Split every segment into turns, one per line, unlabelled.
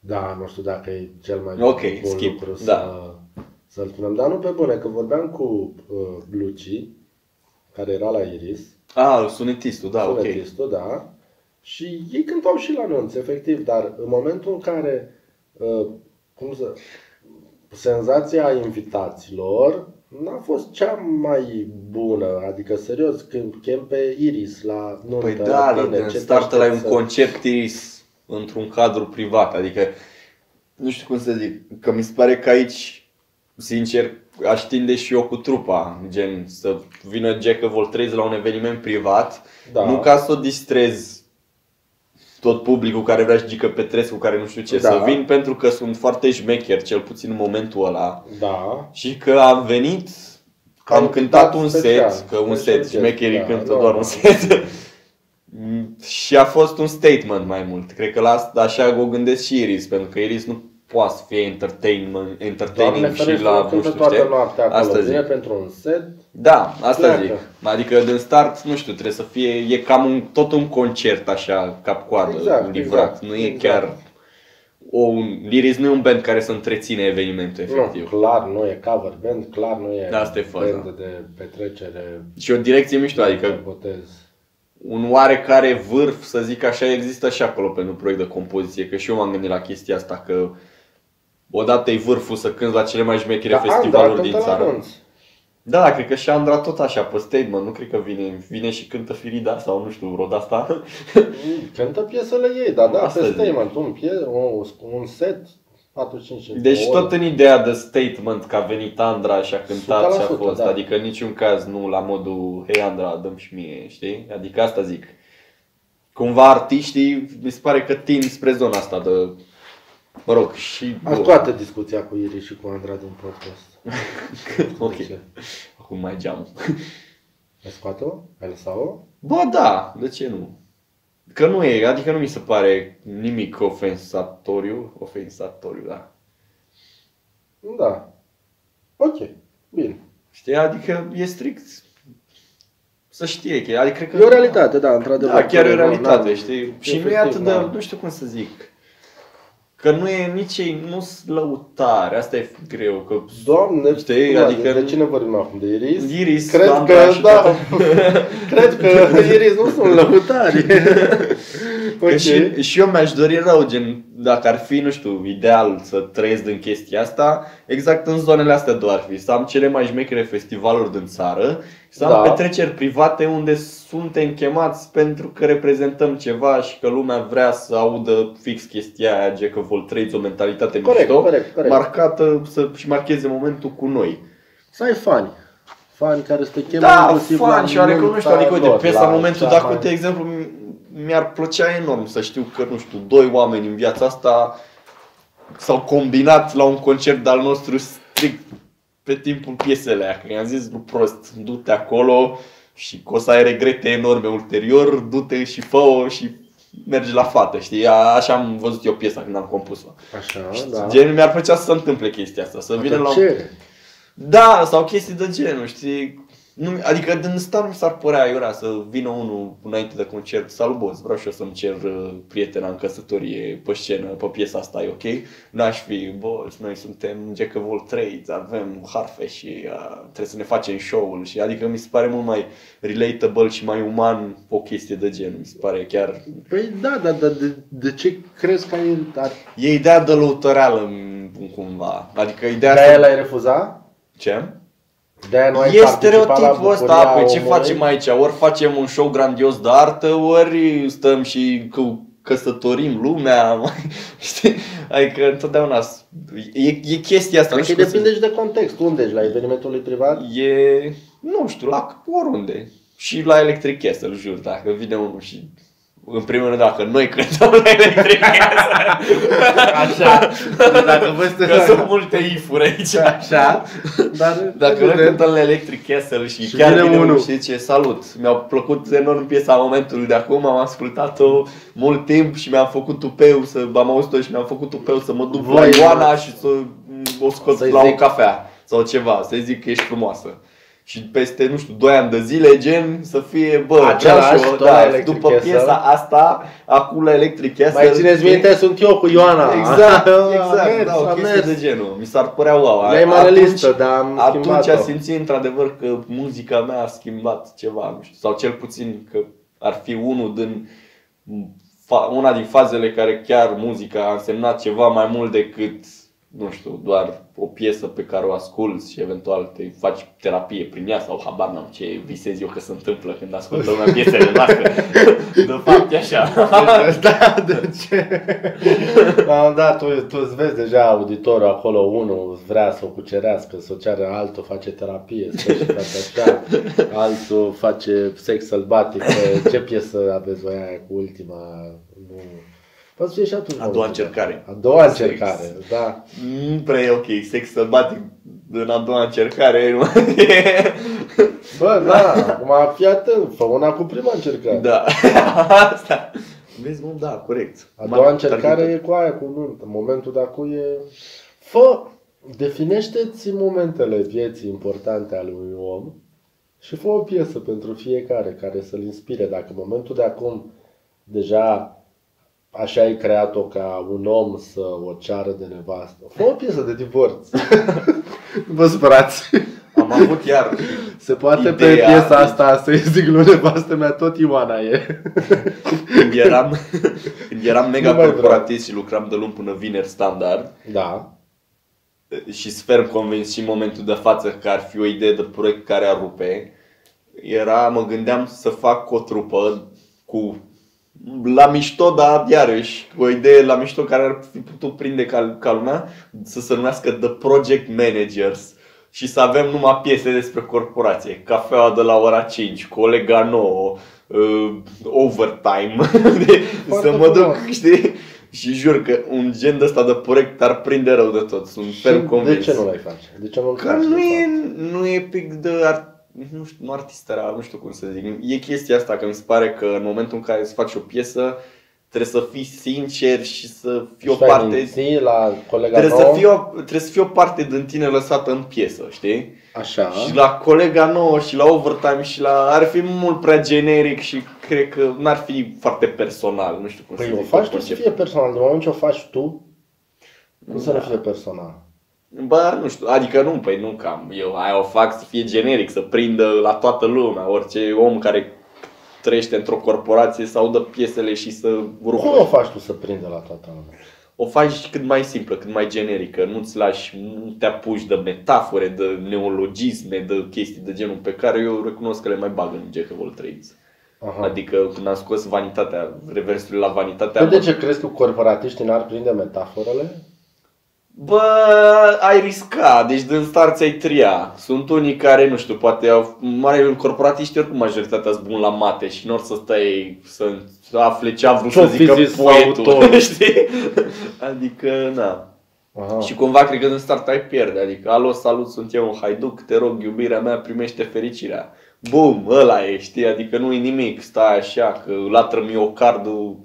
da, nu știu dacă e cel mai
Ok,
bun
skip,
lucru
da.
să, să-l spunem. Dar nu pe bune, că vorbeam cu uh, Luci, care era la Iris,
A, sunetistul, da, ok.
sunetistul, da. Și ei cântau și la nunți, efectiv, dar în momentul în care uh, cum să, senzația invitaților n-a fost cea mai bună, adică serios, când chem pe Iris la nuntă,
Păi da, dar
tine,
din
ce te
start la un
aștepți să-
concept iris într-un cadru privat, adică nu știu cum să zic, că mi se pare că aici, sincer, aș tinde și eu cu trupa, gen să vină Jack Voltrez la un eveniment privat,
Da.
nu ca să o distrez tot publicul care vrea și Gică Petrescu, care nu știu ce,
Da.
să vin pentru că sunt foarte șmecher, cel puțin în momentul ăla.
Da,
Și că am venit, că am cântat un
special,
set, că un
special
set,
set,
șmecherii
da,
cântă
da,
doar
da.
un set. Mm, și a fost un statement mai mult. Cred că la asta așa o gândesc și Iris, pentru că Iris nu poate să fie entertainment,
Doamne
entertaining și
ferește,
la nu
cântă
știu ce.
toată noaptea
Asta
acolo,
zic.
vine pentru un set,
Da, asta
Pleacă.
zic. Adică din start, nu știu, trebuie să fie, e cam un, tot un concert așa, cap-coadă,
Exact,
livrat.
exact,
nu e
exact.
chiar o, un, Iris nu e un band care să întreține evenimentul efectiv.
Exact. Nu, clar nu e cover band, clar nu e
Da, asta e faza.
band de petrecere,
Și o direcție mișto,
de
adică
botez.
un oarecare vârf, să zic așa, există și acolo pentru un proiect de compoziție, că și eu m-am gândit la chestia asta, că odată e vârful să cânti la cele mai șmechere
Dar
festivaluri
Da, Andra
din
cântă la
țară.
anunț.
Da, cred că și Andra tot așa, pe statement, nu cred că vine, vine și cântă Firida sau nu știu, roda asta.
Cântă piesele ei, dar da,
Asta
pe
zic.
statement, un, pie, un, un set, 45
Deci tot în ideea de statement că a venit Andra și a cântat și a
100%,
fost,
da.
adică în niciun caz nu la modul, hei Andra, dăm și mie, știi? Adică asta zic. Cumva artiștii, mi se pare că tind spre zona asta de, mă rog, și...
Ați toată discuția cu Iris și cu Andra din podcast.
ok,
De ce?
acum mai geam.
Ai scoat-o? Ai lăsat-o?
Bă, da, de ce nu? Că nu e, adică nu mi se pare nimic ofensatoriu, ofensatoriu, da.
Da. Ok, bine.
Știi, adică e strict să știe că, adică cred că...
E o realitate, da, într-adevăr.
Da, chiar e o
Nu,
realitate,
n-am-
știi? da. Și nu
efectiv,
e
da.
atât de,
n-am.
nu știu cum să zic, că nu e nici ei, nu lăutare, asta e greu, că
Doamne,
Știi,
da,
adică-
de cine vorbim acum? De Iris?
Iris,
Cred
Sandra
că,
și
da,
toate-
cred că Iris nu sunt lăutari.
Că
ok.
și, și eu mi-aș dori rău, gen, dacă ar fi, nu știu, ideal să trăiesc din chestia asta, exact în zonele astea doar ar fi. Să am cele mai șmechere festivaluri din țară, să am
Da.
petreceri private unde suntem chemați pentru că reprezentăm ceva și că lumea vrea să audă fix chestia aia, gen că Voltrez, o mentalitate
Corect,
mișto,
corect, corect.
marcată să, și marcheze momentul cu noi.
Să ai fani. Fani care să te chemă
Da,
inclusiv la
fan și oarecum, nu știu,
nunta
adică uite,
lor,
piesa
la
în momentul,
cea
dacă,
mai-
uite, exemplu, mi- mi-ar plăcea enorm să știu că, nu știu, doi oameni în viața asta s-au combinat la un concert de-al nostru strict pe timpul piesele aia, că i-am zis, nu prost, du-te acolo și că o să ai regrete enorme ulterior, du-te și fă și mergi la fată, știi? A- Așa am văzut eu piesa când am compus-o.
Așa, da.
Gen, mi-ar plăcea să se întâmple chestia asta, să vină la un
ce?
da, sau chestii de genul, știi? Nu, adică din start mi s-ar părea aiurea să vină unul înainte de concert Salut boss, vreau și eu să-mi cer uh, prietena în căsătorie pe scenă, pe piesa asta, e ok? N-aș fi, boss, noi suntem Jack of all trades, avem harfe și uh, trebuie să ne facem show-ul și adică mi se pare mult mai relatable și mai uman o chestie de genul, mi se pare chiar
Păi da, dar da, de, de, ce crezi că ai... Dar...
E ideea de lăutăreală m- cumva, adică ideea
De-aia
asta...
l-ai refuzat?
Ce?
De-aia nu ai
e
participat la
stereotipul ăsta,
bucuria
păi ce
omului?
facem aici? Ori facem un show grandios de artă, ori stăm și cu căsătorim lumea, știi? Adică întotdeauna s- e, e chestia asta. nu
Cred Păi că
știu cum
depinde și de context. Unde ești? La evenimentul lui privat?
să- E, nu știu, la oriunde. Și la Electric Castle, jur, dacă vine unul și... În primul rând, dacă noi cântăm la Electric Castle,
Așa. Dacă vă
că sunt multe ifuri aici.
Așa. Dar
Dacă noi cântăm la Electric Castle și,
Și
chiar
vine
vine unul
unul.
și zice salut, mi-a plăcut enorm piesa momentului de acum, am ascultat-o mult timp și mi-am făcut tupeu să am auzit-o și mi-am făcut tupeu să mă duc
Voi,
la Ioana și să m, o scot
Să-i
la o
zic.
cafea sau ceva, să zic că ești frumoasă. și peste, nu știu, 2 ani de zile, gen, să fie, bă,
Același,
Brașov,
tot la
da,
Electric
după
Castle.
piesa asta, acum la Electric Castle.
Mai țineți minte, sunt eu cu Ioana.
Exact,
A
exact,
mers,
da, o
a
chestie
mers.
de genul. Mi s-ar părea wow.
Aveai mare
Atunci-
listă, dar am
Atunci
schimbat-o.
a simțit într-adevăr că muzica mea a schimbat ceva, nu știu, sau cel puțin că ar fi unul din fa- una din fazele care chiar muzica a însemnat ceva mai mult decât, nu știu, doar o piesă pe care o asculți și eventual te faci terapie prin ea sau habar n-am ce visez eu că se întâmplă când ascultă lumea piesele noastre. De fapt e așa.
da, de ce? Da, da, tu, tu îți vezi deja auditorul acolo, unul vrea să o cucerească, să o ceară, altul face terapie, să și face așa, altul face sex sălbatic, Păi, ce piesă aveți voi aia cu ultima? Nu. Poți fi și atunci.
A doua încercare.
A doua
Sex.
încercare, da.
Nu prea e ok, sex sălbatic în a doua încercare. nu?
Bă, da, acum fii atent, fă una cu prima încercare.
Da. Asta. Vezi, mă, da, corect.
A doua încercare e cu aia, cu nuntă. Momentul de acum e... Fă, definește-ți momentele vieții importante ale unui om și fă o piesă pentru fiecare care să-l inspire. Dacă în momentul de acum deja așa ai creat-o ca un om să o ceară de nevastă, fă o piesă de divorț. nu vă supărați.
Am avut iar.
Se poate pe
Ideea-
piesa asta să-i zic lui nevastă mea, tot Ioana e.
Când eram, când eram mega
Nu mai
corporatist și lucram de luni până vineri standard
Da.
și sper convins și în momentul de față că ar fi o idee de proiect care ar rupe, era, mă gândeam să fac o trupă cu la mișto, dar iarăși, cu o idee la mișto care ar fi putut prinde ca, ca lumea, să se numească The Project Managers și să avem numai piese despre corporație, cafeaua de la ora 5, colega nouă, uh, overtime, De-
Foarte
să mă duc,
frumos.
știi? Și jur că un gen de ăsta de proiect ar prinde rău de tot, sunt
Și
ferm convins.
de ce nu l-ai face? De ce nu-l
Că
faci,
nu
de fapt?
e, nu e pic de art, nu știu, nu artistera, nu știu cum să zic. E chestia asta că mi se pare că în momentul în care îți faci o piesă, trebuie să fii sincer și să fii o
Și tu ai
parte
mințit la colega
Trebuie să,
nouă?
fie o, trebuie să fie o parte din tine lăsată în piesă, știi?
Așa.
Și la colega nouă și la overtime și la... ar fi mult prea generic și cred că n-ar fi foarte personal, nu știu cum
Păi
să
o
zic.
faci tu să
concept.
fie personal. De moment ce o faci tu, cum să nu
Da.
fie personal?
Bă, nu știu, adică nu, păi nu cam. Eu aia o fac să fie generic, să prindă la toată lumea, orice om care trăiește într-o corporație să audă piesele și să rupă.
Cum o faci tu să prindă la toată lumea?
O faci cât mai simplă, cât mai generică, nu-ți lași, nu te apuci de metafore, de neologisme, de chestii de genul pe care eu recunosc că le mai bag în Jack of all trades.
Aha.
Adică când am scos vanitatea, reversul la vanitatea,
Tu Păi de
am-
ce crezi că corporatiștii n-ar prinde metaforele?
Bă, ai risca, deci din start ți-ai tria. Sunt unii care, nu știu, poate au mare corporatiști, oricum majoritatea sunt bun la mate și nu or să stai să să afle ce a vrut
Ce-o
să
fi
zică
zis autorul?
poetul, știi? Adică, na.
Aha.
Și cumva cred că din start ai pierde, adică alo, salut, sunt eu un haiduc, te rog, iubirea mea, primește fericirea. Bum, ăla e, știi, adică nu-i nimic, stai așa, că latră miocardul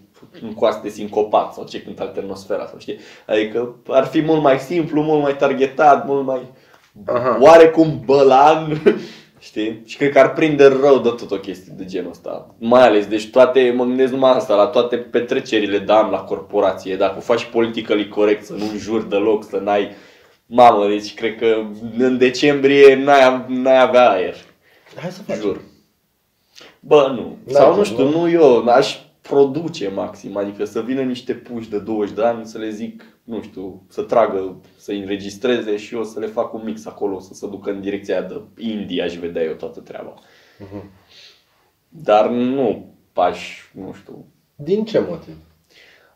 în coaste sincopat sau ce cântă alternosfera sau știi. Adică ar fi mult mai simplu, mult mai targetat, mult mai
Aha.
oarecum bălan, știi? Și cred că ar prinde rău de tot o chestie de genul ăsta. Mai ales, deci toate, mă gândesc numai asta, la toate petrecerile de an la corporație, dacă o faci politically corect, să nu înjuri deloc, să n-ai... Mamă, deci cred că în decembrie n-ai, n-ai avea aer,
Hai să facem.
jur. Bă, nu.
Da,
Sau
nu.
nu știu, nu eu, aș produce maxim, adică să vină niște puși de 20 de ani să le zic, nu știu, să tragă, să înregistreze și eu să le fac un mix acolo, să se ducă în direcția aia de India și vedea eu toată treaba.
Mhm.
Dar nu pași, nu știu.
Din ce motiv?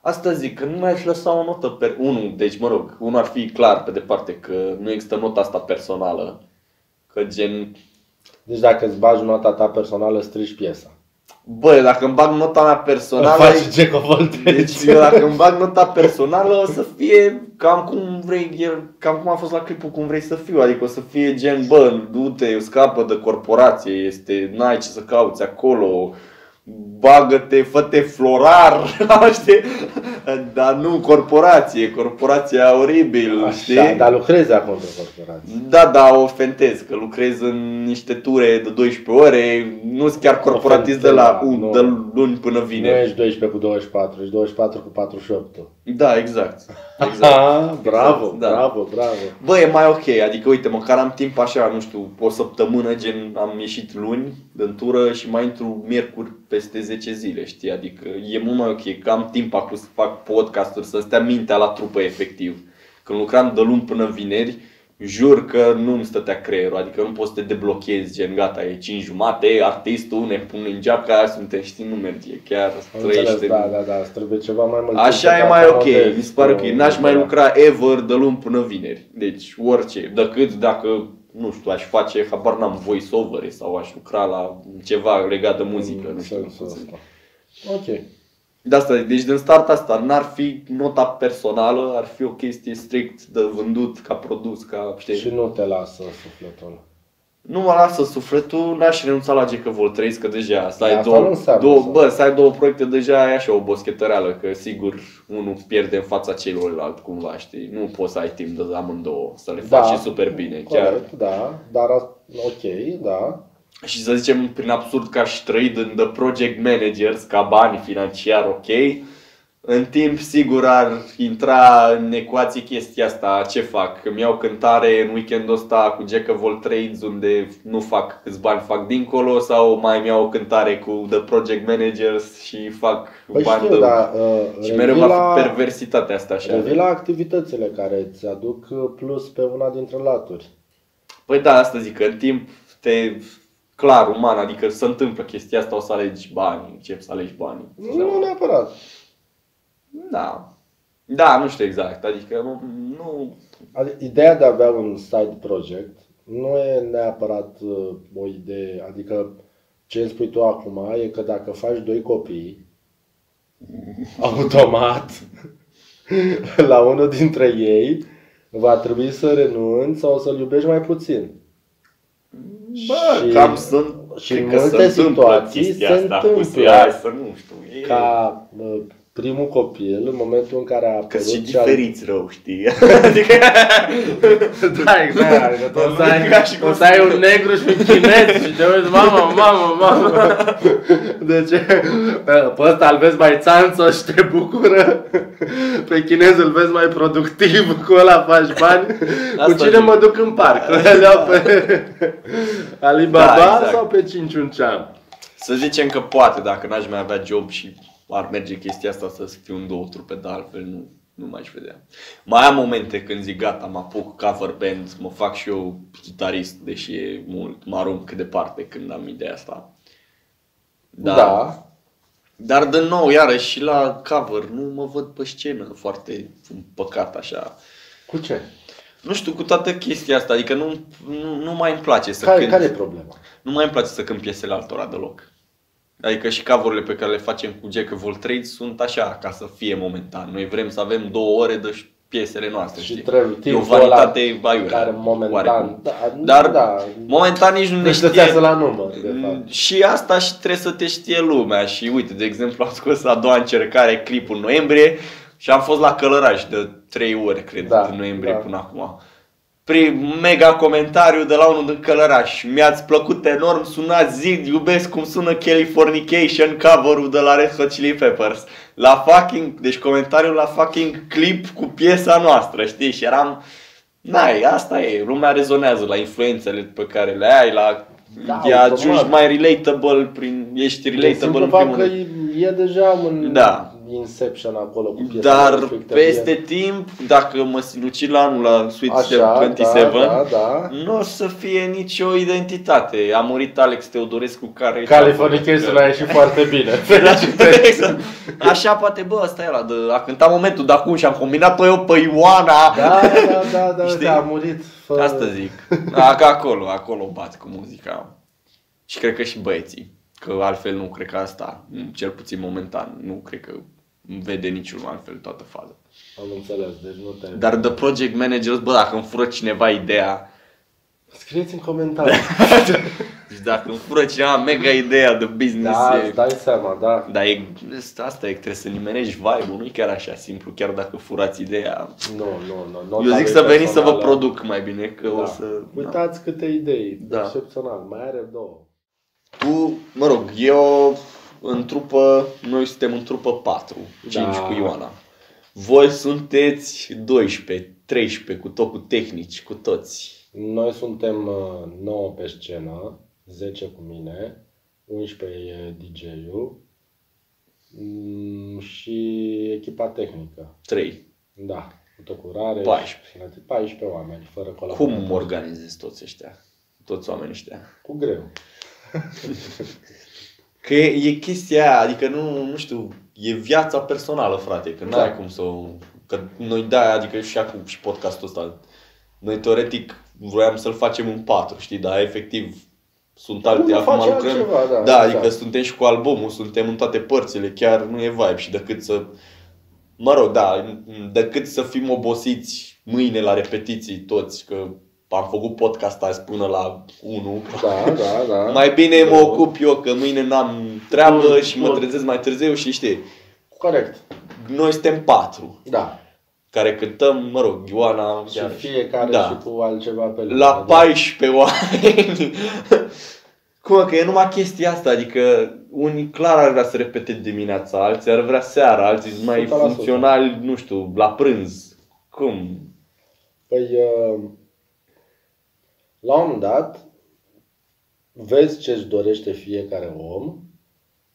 Asta zic, că nu mi-aș lăsa o notă per... Unul, deci mă rog, unul ar fi clar pe departe că nu există nota asta personală. Că gen,
Deci dacă îți bagi nota ta personală, strici piesa.
bă, dacă îmi bag nota mea personală,
Jack of all
Deci eu dacă îmi bag nota personală o să fie cam cum vrei el, cam cum a fost la clipul cum vrei să fiu, adică o să fie gen, bă, du-te, scapă de corporație, este, n-ai ce să cauți acolo, bagă-te, fă-te florar, știi? Dar nu corporație, corporația oribil,
Așa, da.
știi?
dar lucrezi acolo pe corporație.
Da, da, ofentez, că lucrez în niște ture de 12 ore, nu sunt chiar corporatist de la
Ofentez,
un,
nu.
de luni până
Nu
vine.
ești 12 cu 24, ești 24 cu 48.
Da, exact. exact.
Exact. bravo,
Da.
bravo, bravo.
Bă, e mai ok, adică uite, măcar am timp așa, nu știu, o săptămână, gen am ieșit luni din tură și mai intru miercuri peste 10 zile, știi? Adică e mult mai ok, că am timp acum să fac podcasturi, să stea mintea la trupă efectiv. Când lucram de luni până vineri, jur că nu îmi stătea creierul, adică nu poți să te deblochezi, gen gata, e 5 jumate, artistul ne pune în geaca, suntem, știi, nu merge, chiar
Am
trăiește.
înțeles, da, da, da, îți trebuie ceva mai mult.
Așa
timp
e
ca
mai
să
ok,
notezi.
mi se pare ok.
Nu,
N-aș mai
da.
lucra ever de luni până vineri. Deci orice, decât dacă, nu știu, aș face, habar n-am voice-over sau aș lucra la ceva legat de muzică,
În
nu știu.
sensul ăsta. Ok.
De asta, deci din start asta, n-ar fi nota personală, ar fi o chestie strict de vândut ca produs, ca
Și
știi.
nu te lasă sufletul.
Nu mă lasă sufletul, n-aș renunța la Jack Vol 3, că deja să ai
Asta nu
două,
înseamnă
două,
să-
bă, să ai două proiecte deja e așa o boschetăreală, că sigur unul pierde în fața celuilalt cumva, știi? Nu poți să ai timp de amândouă, să le faci și super bine, chiar.
Da. corect, Da, dar a- ok, da.
Și să zicem, prin absurd că aș trăi din The Project Managers ca bani financiar, ok, în timp sigur ar intra în ecuație chestia asta, ce fac? Îmi iau cântare în weekendul ăsta cu Jack of All Trades unde nu fac câți bani fac dincolo sau mai îmi iau o cântare cu The Project Managers și fac
Păi
bani
știu,
de-
dar uh,
Și mereu
revii
va fi
la,
perversitatea asta așa.
revii la activitățile care îți aduc uh, plus pe una dintre laturi.
Păi da, asta zic, că în timp te clar uman, adică se întâmplă chestia asta, o să alegi bani, încep să alegi bani.
Nu neapărat.
Da. Da, nu știu exact. Adică nu, nu
Adică, ideea de a avea un side project nu e neapărat uh, o idee, adică ce îmi spui tu acum e că dacă faci doi copii, automat, la unul dintre ei, va trebui să renunți sau să-l iubești mai puțin.
Bă,
Și-
cam sunt
și
cred
în
că
multe
se întâmplă
situații
chestia
se
asta cu
întâmplă.
ziua, să nu știu. E,
Ca uh, primul copil, în momentul în care a
că
apărut
și
al-
diferiți rău, știi? adică
Da, exact. O să ai,
Ca și cum
o să ai un negru și un chinez și te uiți, mamă, mamă, mamă. Deci, pe ăsta îl vezi mai țanță și te bucură. Pe chinez îl vezi mai productiv, cu ăla faci bani.
Asta
cu cine
zic.
mă duc în parc? Îl iau pe Alibaba
exact. Da, exact.
sau pe Cinciunceam?
Să zicem că poate, dacă n-aș mai avea job și ar merge chestia asta să fiu un două trupe, dar altfel nu, nu mai aș vedea. Mai am momente când zic gata, mă apuc cover band, mă fac și eu chitarist, deși e mult, mă arunc departe când am ideea asta.
Da. da.
Dar de nou, iarăși și la cover, nu mă văd pe scenă foarte un păcat așa.
Cu ce?
Nu știu, cu toată chestia asta, adică nu, nu, nu mai îmi place să
Care,
cânt.
care e problema?
Nu mai îmi place să cânt piesele altora deloc. Adică și cover pe care le facem cu Jack Vol Trade sunt așa, ca să fie momentan. Noi vrem să avem două ore de ș- piesele noastre,
Și
știi?
trebuie
E o
timpul ăla
vanitate baiurea.
care momentan...
oarecum.
Da,
Dar
da,
momentan nici nu ne
Deci
știe.
stătează la număr, de fapt.
Mm, Și asta și trebuie să te știe lumea și uite, de exemplu, am scos a doua încercare clipul în noiembrie și am fost la Călăraș de 3 ore, cred, da,
Da,
din noiembrie da.
da.
până acum. Prim mega comentariu de la unul din Călăraș. Mi-ați plăcut enorm, sunați zid, iubesc cum sună Californication cover-ul de la Red Hot Chili Peppers. La fucking, deci comentariul la fucking clip cu piesa noastră, știi? Și eram... Nai, asta e, lumea rezonează la influențele pe care le ai, la
Da,
e
automat.
ajungi mai relatable prin ești
De
relatable
Deci simplu
în primul
fapt că
rând.
e deja un
Da.
Inception acolo cu piesa
Dar
respectivă.
peste timp, dacă mă sinuci la anul la Sweet
Așa,
27,
da, da, da.
nu o să fie nicio identitate. A murit Alex Teodorescu care...
Californication a ieșit foarte bine.
Exact. Așa poate, bă, asta e la de, a cântat momentul de acum și am combinat pe eu pe Ioana.
Da, da, da, da,
Știi?
uite, a murit. Fă...
Asta zic. Da, că acolo, acolo bat cu muzica. Și cred că și băieții. Că altfel nu cred că asta, cel puțin momentan, nu cred că vede niciunul altfel toată faza.
Am înțeles, deci nu te...
Dar The Project Managers, bă, dacă îmi fură cineva ideea,
Scrieți în comentarii.
Deci dacă îmi fură cineva mega ideea de business,
Da,
e...
îți dai seama, da.
Dar e, asta e, trebuie să nimerești vibe-ul, nu e chiar așa simplu, chiar dacă furați ideea.
Nu, nu, nu.
Eu
nota
zic
lui
să veniți să vă
personală.
produc mai bine, că o
Da.
să... Da.
Uitați câte idei.
Da.
Excepțional. Mai are două.
Tu, mă rog, eu în trupă, noi suntem în trupă 4, 5
Da.
cu Ioana. Voi sunteți 12, 13, cu tot cu tehnici, cu toți.
Noi suntem 9 pe scenă, 10 cu mine, 11 e DJ-ul mm, și echipa tehnică.
3.
Da, cu tocurare.
14.
Și 14 oameni, fără colaborare.
Cum organizezi toți ăștia? Toți oamenii ăștia?
Cu greu.
Că e, e chestia aia, adică nu, nu știu, e viața personală, frate, că n-ai
Da.
cum să... o- Că noi da, adică și acum și podcastul ăsta, noi teoretic vroiam să-l facem în patru, știi, dar efectiv sunt alte,
Unul face
acum lucrăm...
altceva, da,
da,
exact.
adică suntem și cu albumul, suntem în toate părțile, chiar nu e vibe și decât să... Mă rog, da, decât să fim obosiți mâine la repetiții toți, că am făcut podcast azi până la 1,
Da, da, da.
adică- mai bine mă
Da.
ocup eu că mâine n-am treabă
Mm,
și mă
mm.
trezesc mai târziu și știi,
Corect.
noi suntem patru
Da.
care cântăm, mă rog, Ioana,
Și
chiar-
fiecare
Da.
și cu altceva pe lângă.
la
da.
14 oameni. Cum că e numai chestia asta, adică unii clar ar vrea să repete dimineața, alții ar vrea seara, alții sunt mai
100%.
funcționali, nu știu, la prânz. Cum?
Păi, uh, la un moment dat, vezi ce își dorește fiecare om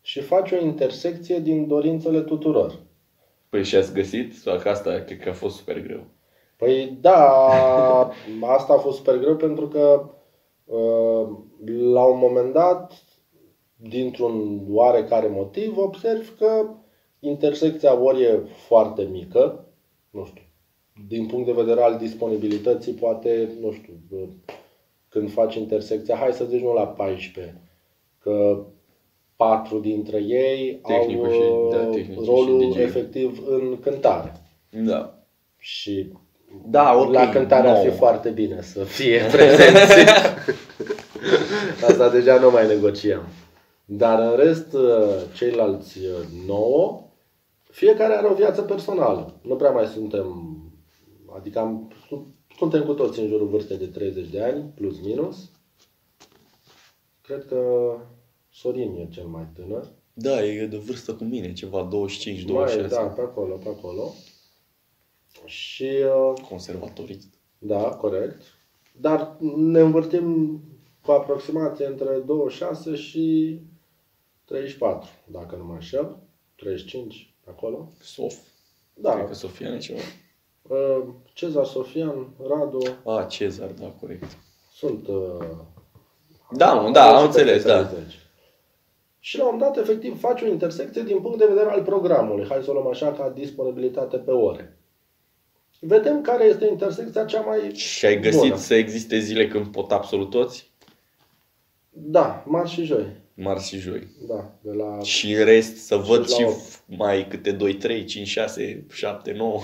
și faci o intersecție din dorințele tuturor.
Păi și ați găsit? Sau că asta cred că a fost super greu.
Păi da, asta a fost super greu pentru că uh, la un moment dat, dintr-un oarecare motiv, observ că intersecția ori e foarte mică, nu știu, din punct de vedere al disponibilității, poate, nu știu, uh, când faci intersecția, hai să zici nu la 14, că patru dintre ei
Tehnicul
au
și-
uh,
da, tehnicul și
rolul
DJ-ul.
efectiv în cântare.
Da.
Și
Da, ok,
la cântare ar fi
nouă.
foarte bine să fie prezenți. Asta deja nu mai negociem. Dar în rest, uh, ceilalți nouă, fiecare are o viață personală. Nu prea mai suntem, adică am, suntem cu toți în jurul vârstei de 30 de ani, plus minus. Cred că Sorin e cel mai tânăr.
Da, e de vârstă cu mine, ceva 25-26.
Mai, da, pe acolo, pe acolo. Și uh,
conservatorist.
Da, corect. Dar ne învârtim cu aproximație între 26 și 34, dacă nu mă înșel. 35, acolo.
Sof. Cred
Da.
că Sofian e ceva.
uh, Cezar Sofian, Radu,
A, Cezar, da, corect.
sunt... uh,
Da, mă, da, am
sunt
înțeles, da.
30. Și la un moment dat, efectiv, faci o intersecție din punct de vedere al programului. Hai să o luăm așa, ca disponibilitate pe ore. Vedem care este intersecția cea mai
Și ai găsit
bună.
să existe zile când pot absolut toți?
Da, marți și joi.
Marți și joi.
Da, de la
Și în rest să văd
la
și
opt.
f- mai câte 2, 3, 5, 6, 7, 9.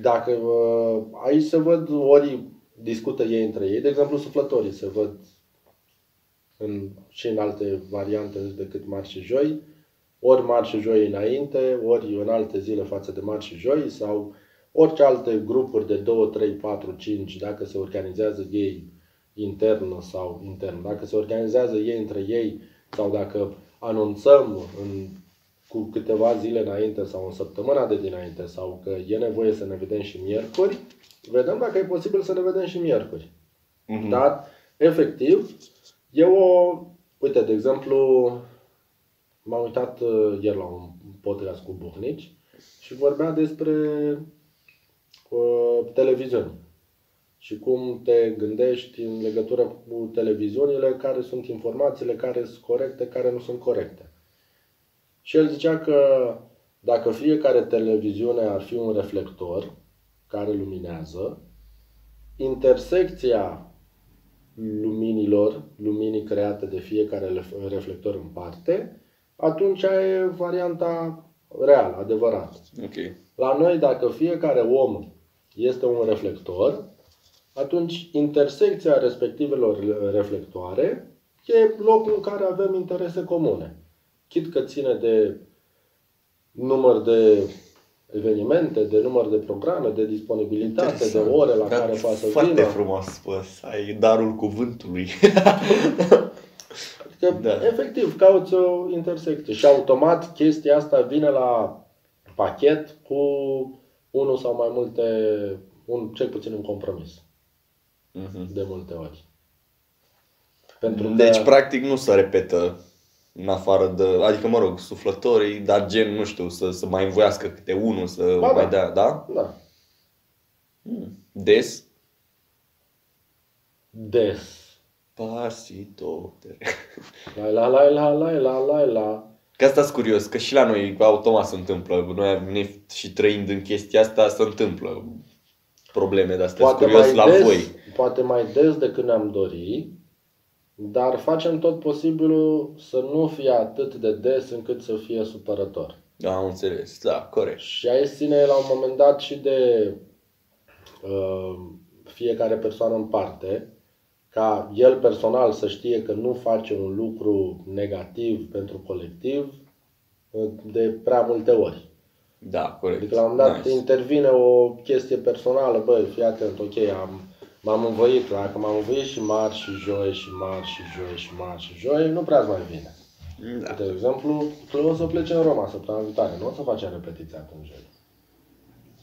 Dacă uh, aici se văd ori discută ei între ei, de exemplu suflătorii se văd în, și în alte variante decât marți și joi, ori marți și joi înainte, ori în alte zile față de marți și joi sau orice alte grupuri de 2, 3, 4, 5, dacă se organizează ei intern sau intern, dacă se organizează ei între ei sau dacă anunțăm în, cu câteva zile înainte sau în săptămâna de dinainte sau că e nevoie să ne vedem și miercuri, vedem dacă e posibil să ne vedem și miercuri.
Mhm.
Dar, efectiv, e o... Uite, de exemplu, m-am uitat uh, ieri la un podcast cu Buhnici și vorbea despre uh, televiziuni și cum te gândești în legătură cu televiziunile, care sunt informațiile, care sunt corecte, care nu sunt corecte. Și el zicea că dacă fiecare televiziune ar fi un reflector care luminează, intersecția luminilor, luminii create de fiecare lef- reflector în parte, atunci e varianta reală, adevărată.
Mhm, Ok.
La noi, dacă fiecare om este un reflector, atunci intersecția respectivelor reflectoare e locul în care avem interese comune. Chit că ține de număr de evenimente, de număr de programe, de disponibilitate,
Interesant.
de ore la
Da,
care poate să
Foarte
vină.
frumos spus. Ai darul cuvântului.
Adică,
Da.
da. efectiv, cauți o intersecție și automat chestia asta vine la pachet cu unul sau mai multe, un, cel puțin un compromis,
Mhm.
de multe ori. Pentru
deci,
că,
practic, nu se repetă în afară de... Adică, mă rog, suflătorii, dar gen, nu știu, să, să mai învoiască câte unul, să
Ba da.
mai dea, da?
da,
Des.
des.
Pasito.
La la la la la la la la.
Că asta curios, că și la noi automat se întâmplă. Noi ne, și trăind în chestia asta se întâmplă probleme de astea. Sunt curios la
des,
voi.
poate mai des decât ne-am dorit, dar facem tot posibilul să nu fie atât de des încât să fie supărător.
Da, am înțeles. Da, corect.
Și aici ține la un moment dat și de uh, fiecare persoană în parte, ca el personal să știe că nu face un lucru negativ pentru colectiv uh, de prea multe ori.
Da, corect.
Adică la un moment dat nice. intervine o chestie personală, băi, fii atent, ok, am, m-am învoit, dacă m-am învoit și marți și joi și marți și joi și marți și joi, nu prea mai vine.
Da.
De exemplu, tu o să pleci în Roma săptămâna viitoare, nu o să facem repetiția atunci joi.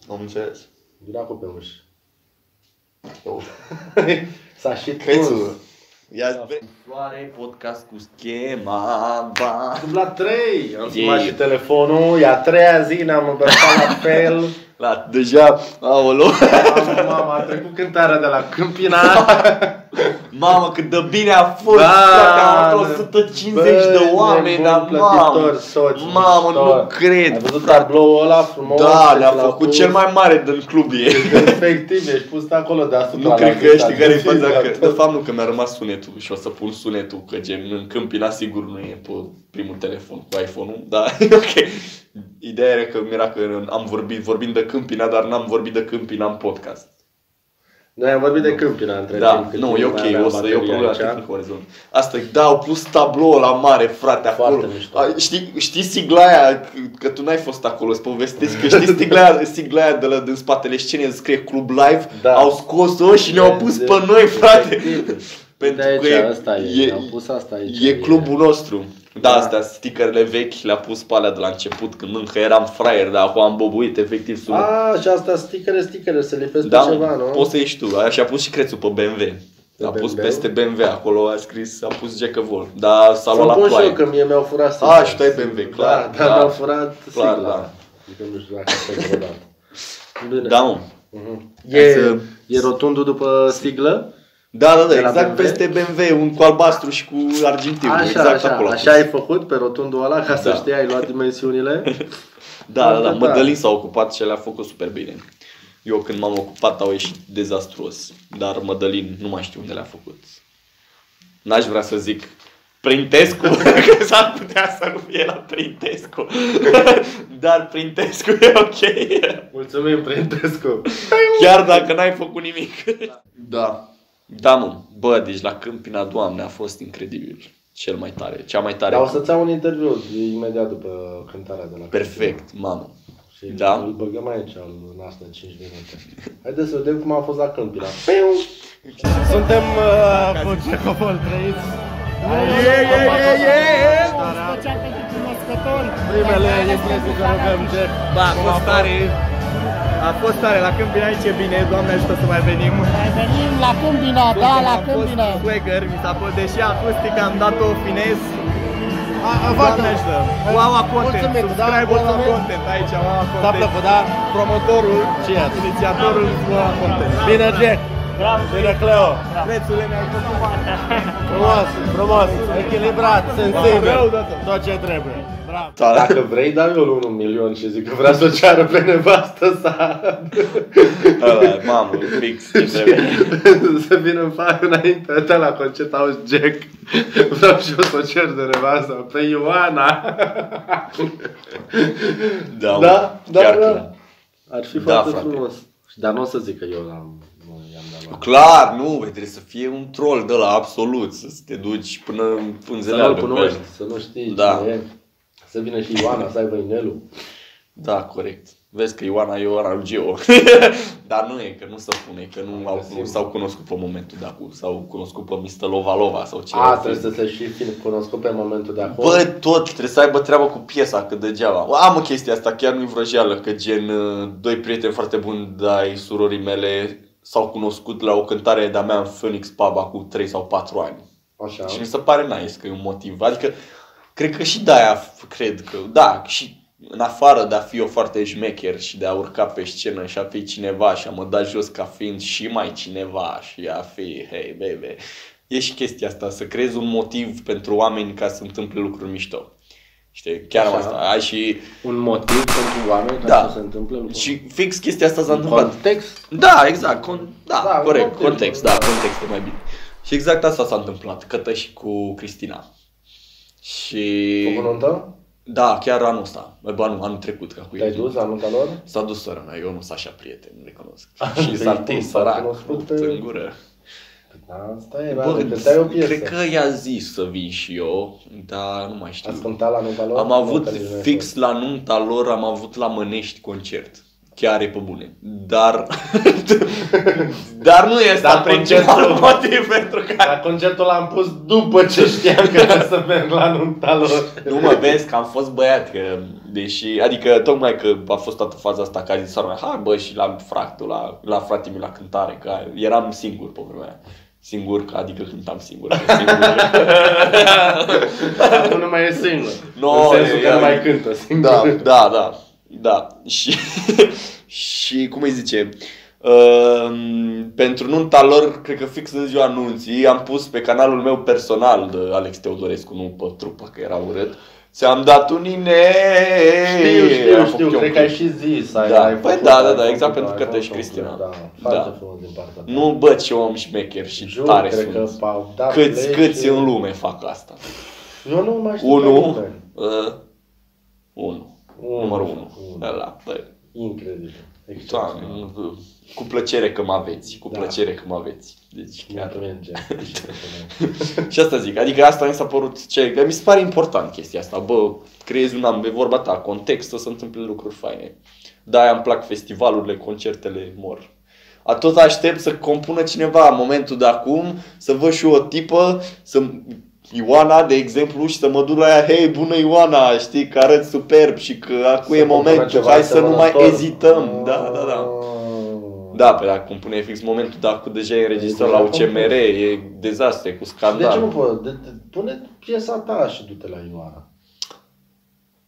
Am înțeles.
Dracu pe uși.
Oh.
S-a și
Crețul. Ia
Da.
Soare, podcast cu schema, ba.
La 3! Am
Ei.
yeah.
și telefonul, e a treia zi, ne-am îmbrăcat la fel.
La, deja, aolo.
Mamă, mamă, a trecut cântarea de la Câmpina.
Mamă, cât de bine a fost.
Da,
frate, am avut 150 de oameni, dar mamă.
Soți,
Mamă, nu
Ai
cred.
văzut tabloul ăla frumos?
Da,
Deci
le-a
l-au
făcut
pus-
cel mai mare din club e.
Efectiv, ești pus acolo deasupra.
Nu
la
cred că
vista,
știi care e
deci,
de
faza,
fiecare
exact.
că de
tot.
fapt nu, că mi-a rămas sunetul și o să pun sunetul, că gen în câmpina sigur nu e pe primul telefon cu iPhone-ul, dar ok. Ideea era că mi-era că am vorbit, vorbim de câmpina, dar n-am vorbit de câmpina în podcast.
Noi am vorbit de Câmpina între
Da,
timp. cât
nu,
timp
e
mai
ok,
aveam
o să e o
bateria
problemă
aici.
tehnică orizont. Asta e, da, au pus tablou la mare, frate,
Foarte
acolo.
mișto.
A, știi, știi sigla aia, că, că tu n-ai fost acolo, îți povestesc, că știi sigla aia, sigla aia de la, din spatele scenei, scrie Club Live,
Da.
au scos-o și ne-au pus
De-
pe noi, frate.
Efectiv.
Pentru
De aici,
că e,
asta e,
e,
am pus asta aici.
e clubul nostru. Da,
Da.
astea, stickerele vechi le-a pus pe alea de la început, când încă eram fraier, dar acum am bobuit, efectiv, sună.
A, și asta sticere, sticere, se lipesc
Da,
da, ceva, nu?
poți să ieși tu. Aia și-a pus și crețul pe BMW.
Pe
a pus
BMW?
peste BMW, acolo a scris, a pus Jack Vol. Dar Da, s-a
Să
luat la
pun și eu,
ploaie.
că mie mi-au furat
A, și tu ai BMW, clar,
Da,
da.
da, mi-au furat
Clar,
clar, sigla.
da.
Da. Adică nu știu dacă asta e vreodată. Bine.
Da, mă.
Mhm.
Hai
E,
să-
e rotundul după siglă?
Da, da, da,
De la
exact
BMW?
peste BMW, un cu albastru și cu argintiu,
Așa,
exact
așa,
acolo. a
așa
pus.
ai făcut pe rotundul ăla ca
Da.
să știi, ai luat dimensiunile?
Da, da, da,
Da, da.
Mădălin s-a ocupat și le-a făcut super bine. Eu când m-am ocupat au ieșit dezastruos, dar Mădălin nu mai știu unde le-a făcut. N-aș vrea să zic Printescu, că s-ar putea să nu fie la Printescu, dar Printescu e ok,
Mulțumim, Printescu.
chiar dacă n-ai făcut nimic. Da. Da, mă, bă, deci la Câmpina, doamne, a fost incredibil. Cel mai tare, cea mai tare.
Dar Da, o să-ți iau un interviu imediat după cântarea de la
Perfect, mamă.
Și
Da.
Îl băgăm aici, îl naște în 5 minute. Haideți să vedem cum a fost la Câmpina. Peu!
Suntem uh, cu Cehopol trăiți. Ei, ei, ei, ei!
special pentru cunoscători.
Primele expresii că rugăm Ceh.
Ba, a fost tare. A fost tare, la Câmpina aici e bine, Doamne ajută să mai venim.
Mai venim la Câmpina, da, la
Am fost
Câmpina.
Swagger, mi s-a fost, deși acustica am dat-o finez.
Fata,
Doamne ajută. Wawa content,
Mulțumim, da,
subscribe-ul la
mulțumim.
content aici, Wawa
s-a
content.
plăcut, da?
Promotorul,
Cheers.
inițiatorul Wawa content.
Bine, Jack! Bine, Cleo!
Prețurile mi-au făcut bani.
Frumos, frumos, echilibrat,
Rău,
sensibil,
da, da.
tot ce trebuie. Bravo!
Dacă vrei, dau eu lui un milion și zic că vrea să o ceară pe nevastă sa.
Ăla, mamă, fix ce trebuie.
să vin în fac înainte de la concert auzi Jack. Vreau și eu să o cer de nevastă pe Ioana.
Da, mă,
Da, da,
chiar
da.
că-
Ar fi
Da,
foarte
frate.
frumos. Dar nu o să zic că eu l-am nu i-am dat la...
Clar, nu, băi, trebuie să fie un troll de la absolut, să te duci până în
Să nu-l
pânzele
cunoști,
pe
Să nu știi
Da.
cine e. Să vină și Ioana, să aibă inelul.
Da, corect. Vezi că Ioana e ora lui Geo. Dar nu e, că nu se pune, că nu, au, nu s-au cunoscut pe momentul de acum, s-au cunoscut pe Mr. Lovalova sau ceva.
A, trebuie să se și fi cunoscut pe momentul de acum.
Bă, tot trebuie să aibă treabă cu piesa, că degeaba. O, Am o chestie asta, chiar nu-i vrăjeală, că gen uh, doi prieteni foarte buni de-ai surorii mele s-au cunoscut la o cântare de-a mea în Phoenix Pub acum 3 sau 4 ani.
Așa.
Și mi se pare nice că e un motiv. Adică, cred că și de-aia, f- cred că, da, și în afară de a fi eu foarte șmecher și de a urca pe scenă și a fi cineva și a mă da jos ca fiind și mai cineva și a fi, hei, baby, e și chestia asta, să creezi un motiv pentru oameni ca să întâmple lucruri mișto. Știi, chiar am
Așa.
asta. Ai și,
Un motiv pentru oameni ca
Da.
să se întâmple un
și fix chestia asta s-a întâmplat.
context.
Da, exact, con- da,
Da,
da, corect,
context.
context, context, da, context e mai bine. Și exact asta s-a întâmplat, cătă și cu Cristina. Și...
Cu nuntă?
Da, chiar anul ăsta, bă, nu, anul trecut, ca cu
Te-ai dus la nunta lor?
S-a dus sora mea, eu nu sunt așa prieten, recunosc.
Ah,
și s-a întins
s-a
sărac,
cunoscut,
rupt
eh,
în gură.
Asta era,
Bă,
cântai o piesă.
cred că i-a zis să vin și eu, dar nu mai știu.
Ați cântat la nunta lor?
Am
Nu,
avut
că nici n-ai
fix la nunta lor, am avut la Mănești concert. Chiar e pe bune. Dar... Dar nu este
Dar
Dar
principalul
principalul motiv pentru care...
Dar concertul l-am pus după ce știam că trebuie să merg la nunta lor.
Nu mă vezi că am fost băiat, că deși, adică tocmai că a fost toată faza asta care a zis soara mea, hai bă și la fractul, la, la fratele meu la cântare, că eram singur pe vremea aia. Singur, că- adică cântam singur. că singur.
Acum nu mai e singur.
No,
în sensul
e-
că nu
e-
mai cântă singur.
Da, da, da, da. Și, și cum îi zice, uh, pentru nunta lor, cred că fix în ziua anunții, am pus pe canalul meu personal de Alex Teodorescu, nu pe trupă, că era urât. Ți-am dat un ine.
Știu, știu,
Am făcut
știu,
eu
cred
un
că ai
clip.
și zis. Ai,
Da.
ai
Păi
făcut,
da,
ai
da, da,
făcut,
exact
ai
pentru că
făcut
te-și
un
Da,
Cristina. Da.
foarte frumos din partea ta.
Nu, bă, ce om șmecher și
Jur,
tare
cred
sunt.
că au dat
câți,
play
câți
și-
în lume fac asta?
Eu nu mai știu pe
Unu,
nimeni.
uh, unu,
Unu.
numărul unu.
Unu.
Ăla, bă,
Incredibil.
Doamne,
Excepțional.
cu plăcere că mă aveți, cu
Da.
plăcere că mă aveți. Deci
Chiar
chiar.
merge.
Și asta zic, adică asta mi s-a părut ce, că mi se pare important chestia asta. Bă, creezi un am, e vorba ta, context, o să întâmple lucruri faine. Da, îmi plac festivalurile, concertele, mor. A tot aștept să compună cineva în momentul de acum, să văd și eu o tipă, să Ioana, de exemplu, și să mă duc la ea, hei, bună Ioana, știi, că arăt superb și că acum e
Să compună
momentul,
ceva Oh.
hai să nu mai
asemănător.
ezităm. Da, da, da.
Oh.
Da, pe dacă îmi pune fix momentul, dar cu deja e înregistrat
Deja
la UCMR, e dezastre, cu
Exact. De ce nu
scandal.
poți? De- de- Pune piesa ta și du-te la Ioana.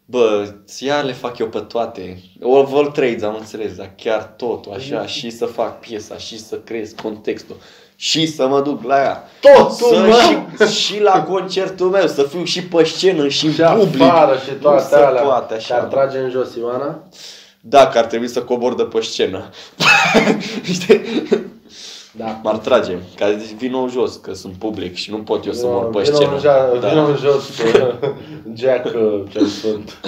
Bă, ția le fac eu pe toate. O vol trades, am înțeles, dar chiar totul,
Exact.
așa, și să fac piesa, și să creez contextul, și să mă duc la ea.
Totul,
Să
mă!
și, și la concertul meu, să fiu și pe scenă, și
Și
în public.
afară și
Nu
toate
se
alea.
poate așa.
Te-ar trage în jos Ioana?
Da, că ar trebui să cobor de pe scenă. Știi?
Da.
M-ar trage, că zici, vină jos, că sunt public și nu pot eu să
Vino-
mor pe
vino
scenă.
în ja-
Da.
Vino în jos, Jack, ce sunt.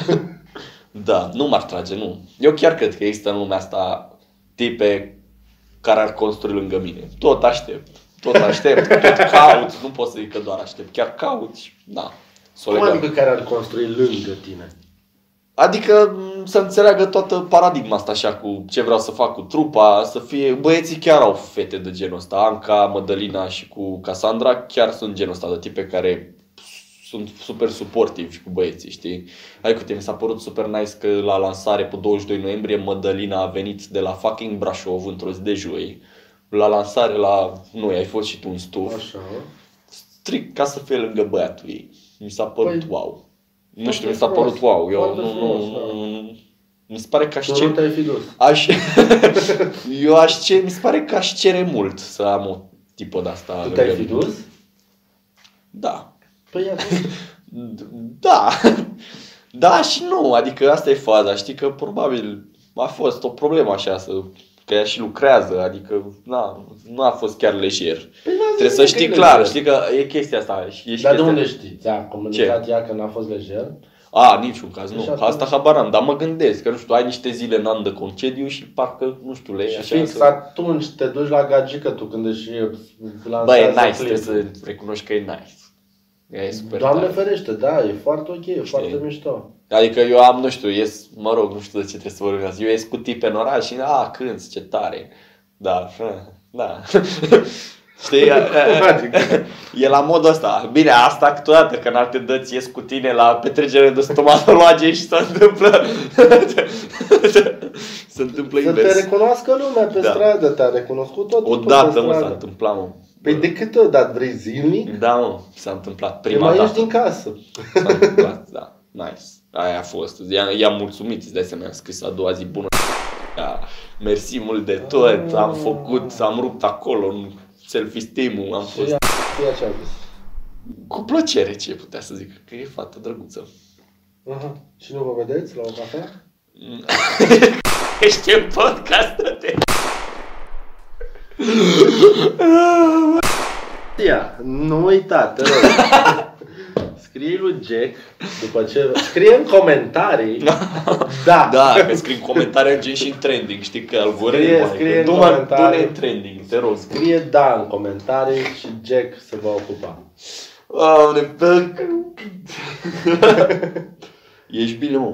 Da, nu m-ar trage, nu. Eu chiar cred că există în lumea asta tipe care ar construi lângă mine. Tot aștept, tot aștept, tot caut, nu pot să zic că doar aștept, chiar caut și da. s-o
Cum
legăm.
adică care ar construi lângă tine?
Adică m, să înțeleagă toată paradigma asta așa cu ce vreau să fac cu trupa, să fie... Băieții chiar au fete de genul ăsta, Anca, Mădălina și cu Cassandra chiar sunt genul ăsta de tipe care sunt super suportivi cu băieții, știi? Hai cu mi s-a părut super nice că la lansare pe 22 noiembrie Mădălina a venit de la fucking Brașov într-o zi de joi. La lansare la noi ai fost și tu în stuf
Așa.
strict ca să fie lângă băiatul ei. Mi s-a părut
Păi,
wow. Nu
foarte
știu, mi s-a
frumos,
părut wow. Eu
foarte
nu,
frumos,
nu,
da.
nu, nu, mi se pare că aș
Tu nu
cere,
te-ai fi dus.
aș, eu aș cere, mi se pare că aș cere mult să am o tipă de asta.
Tu
lângă
te-ai fi
mine.
dus?
Da.
Păi atunci,
D- Da. Da și nu, adică asta e faza. Știi că probabil a fost o problemă așa să că ea și lucrează, adică na, nu a fost chiar lejer.
Păi
Trebuie să știi clar, știi că e chestia asta. Și e și
Dar de
chestia-
unde știi? Ți-a comunicat ea că n-a fost lejer?
A, niciun caz, nu.
Și atunci-
Asta habar am, dar mă gândesc că, nu știu, ai niște zile în an de concediu și parcă, nu știu, le iei
Și
Păi așa
fix
să-
atunci te duci la gagică tu când își lansează
Bă, e nice,
clipul.
trebuie să recunoști că e nice. E super
exact. Doamne
tare.
ferește, da, e foarte ok, e foarte
Știi.
mișto.
Adică eu am, nu știu, ies, mă rog, nu știu de ce trebuie să vorbim azi. Eu ies cu tipe în oraș și, a, cânt, ce tare. Da, da. Știi, a- a-
adică?
e la modul ăsta. Bine, asta câteodată, că în alte dăți ies cu tine la petrecere de stomatologie și se întâmplă... se întâmplă
Să te
invers.
recunoască lumea pe
Păi Da.
stradă, te-a recunoscut tot
O
timpul
dată,
pe
mă, s-a
stradă.
întâmplat, mă.
Păi de câte ori, dar vrei zilnic?
Da, mă, s-a întâmplat
Te
prima
mai ieși
dată.
din casă.
S-a întâmplat, da. Nice. Aia a fost. I-am, i-am mulțumit, îți dai seama, i-am scris a doua zi bună. Da. Mersi mult de tot, am făcut, am rupt acolo, în self-esteem am
Și
fost.
ea, ea ce-a zis.
Cu plăcere, ce putea să zic, că e fată drăguță.
Aha. Și nu vă vedeți la o cafea?
Ești în podcast, te...
Ia, nu uita, te rog. Scrie lui Jack după ce... Scrie în comentarii. da.
Da, că scrii în comentarii, gen și în trending, știi că algoritmul...
Scrie-
adică,
scrie în
du-mă- du-ne
comentarii.
în trending, te rog.
Scrie da în comentarii și Jack se va ocupa.
Ah, Doamne, bă... Ești bine, mă.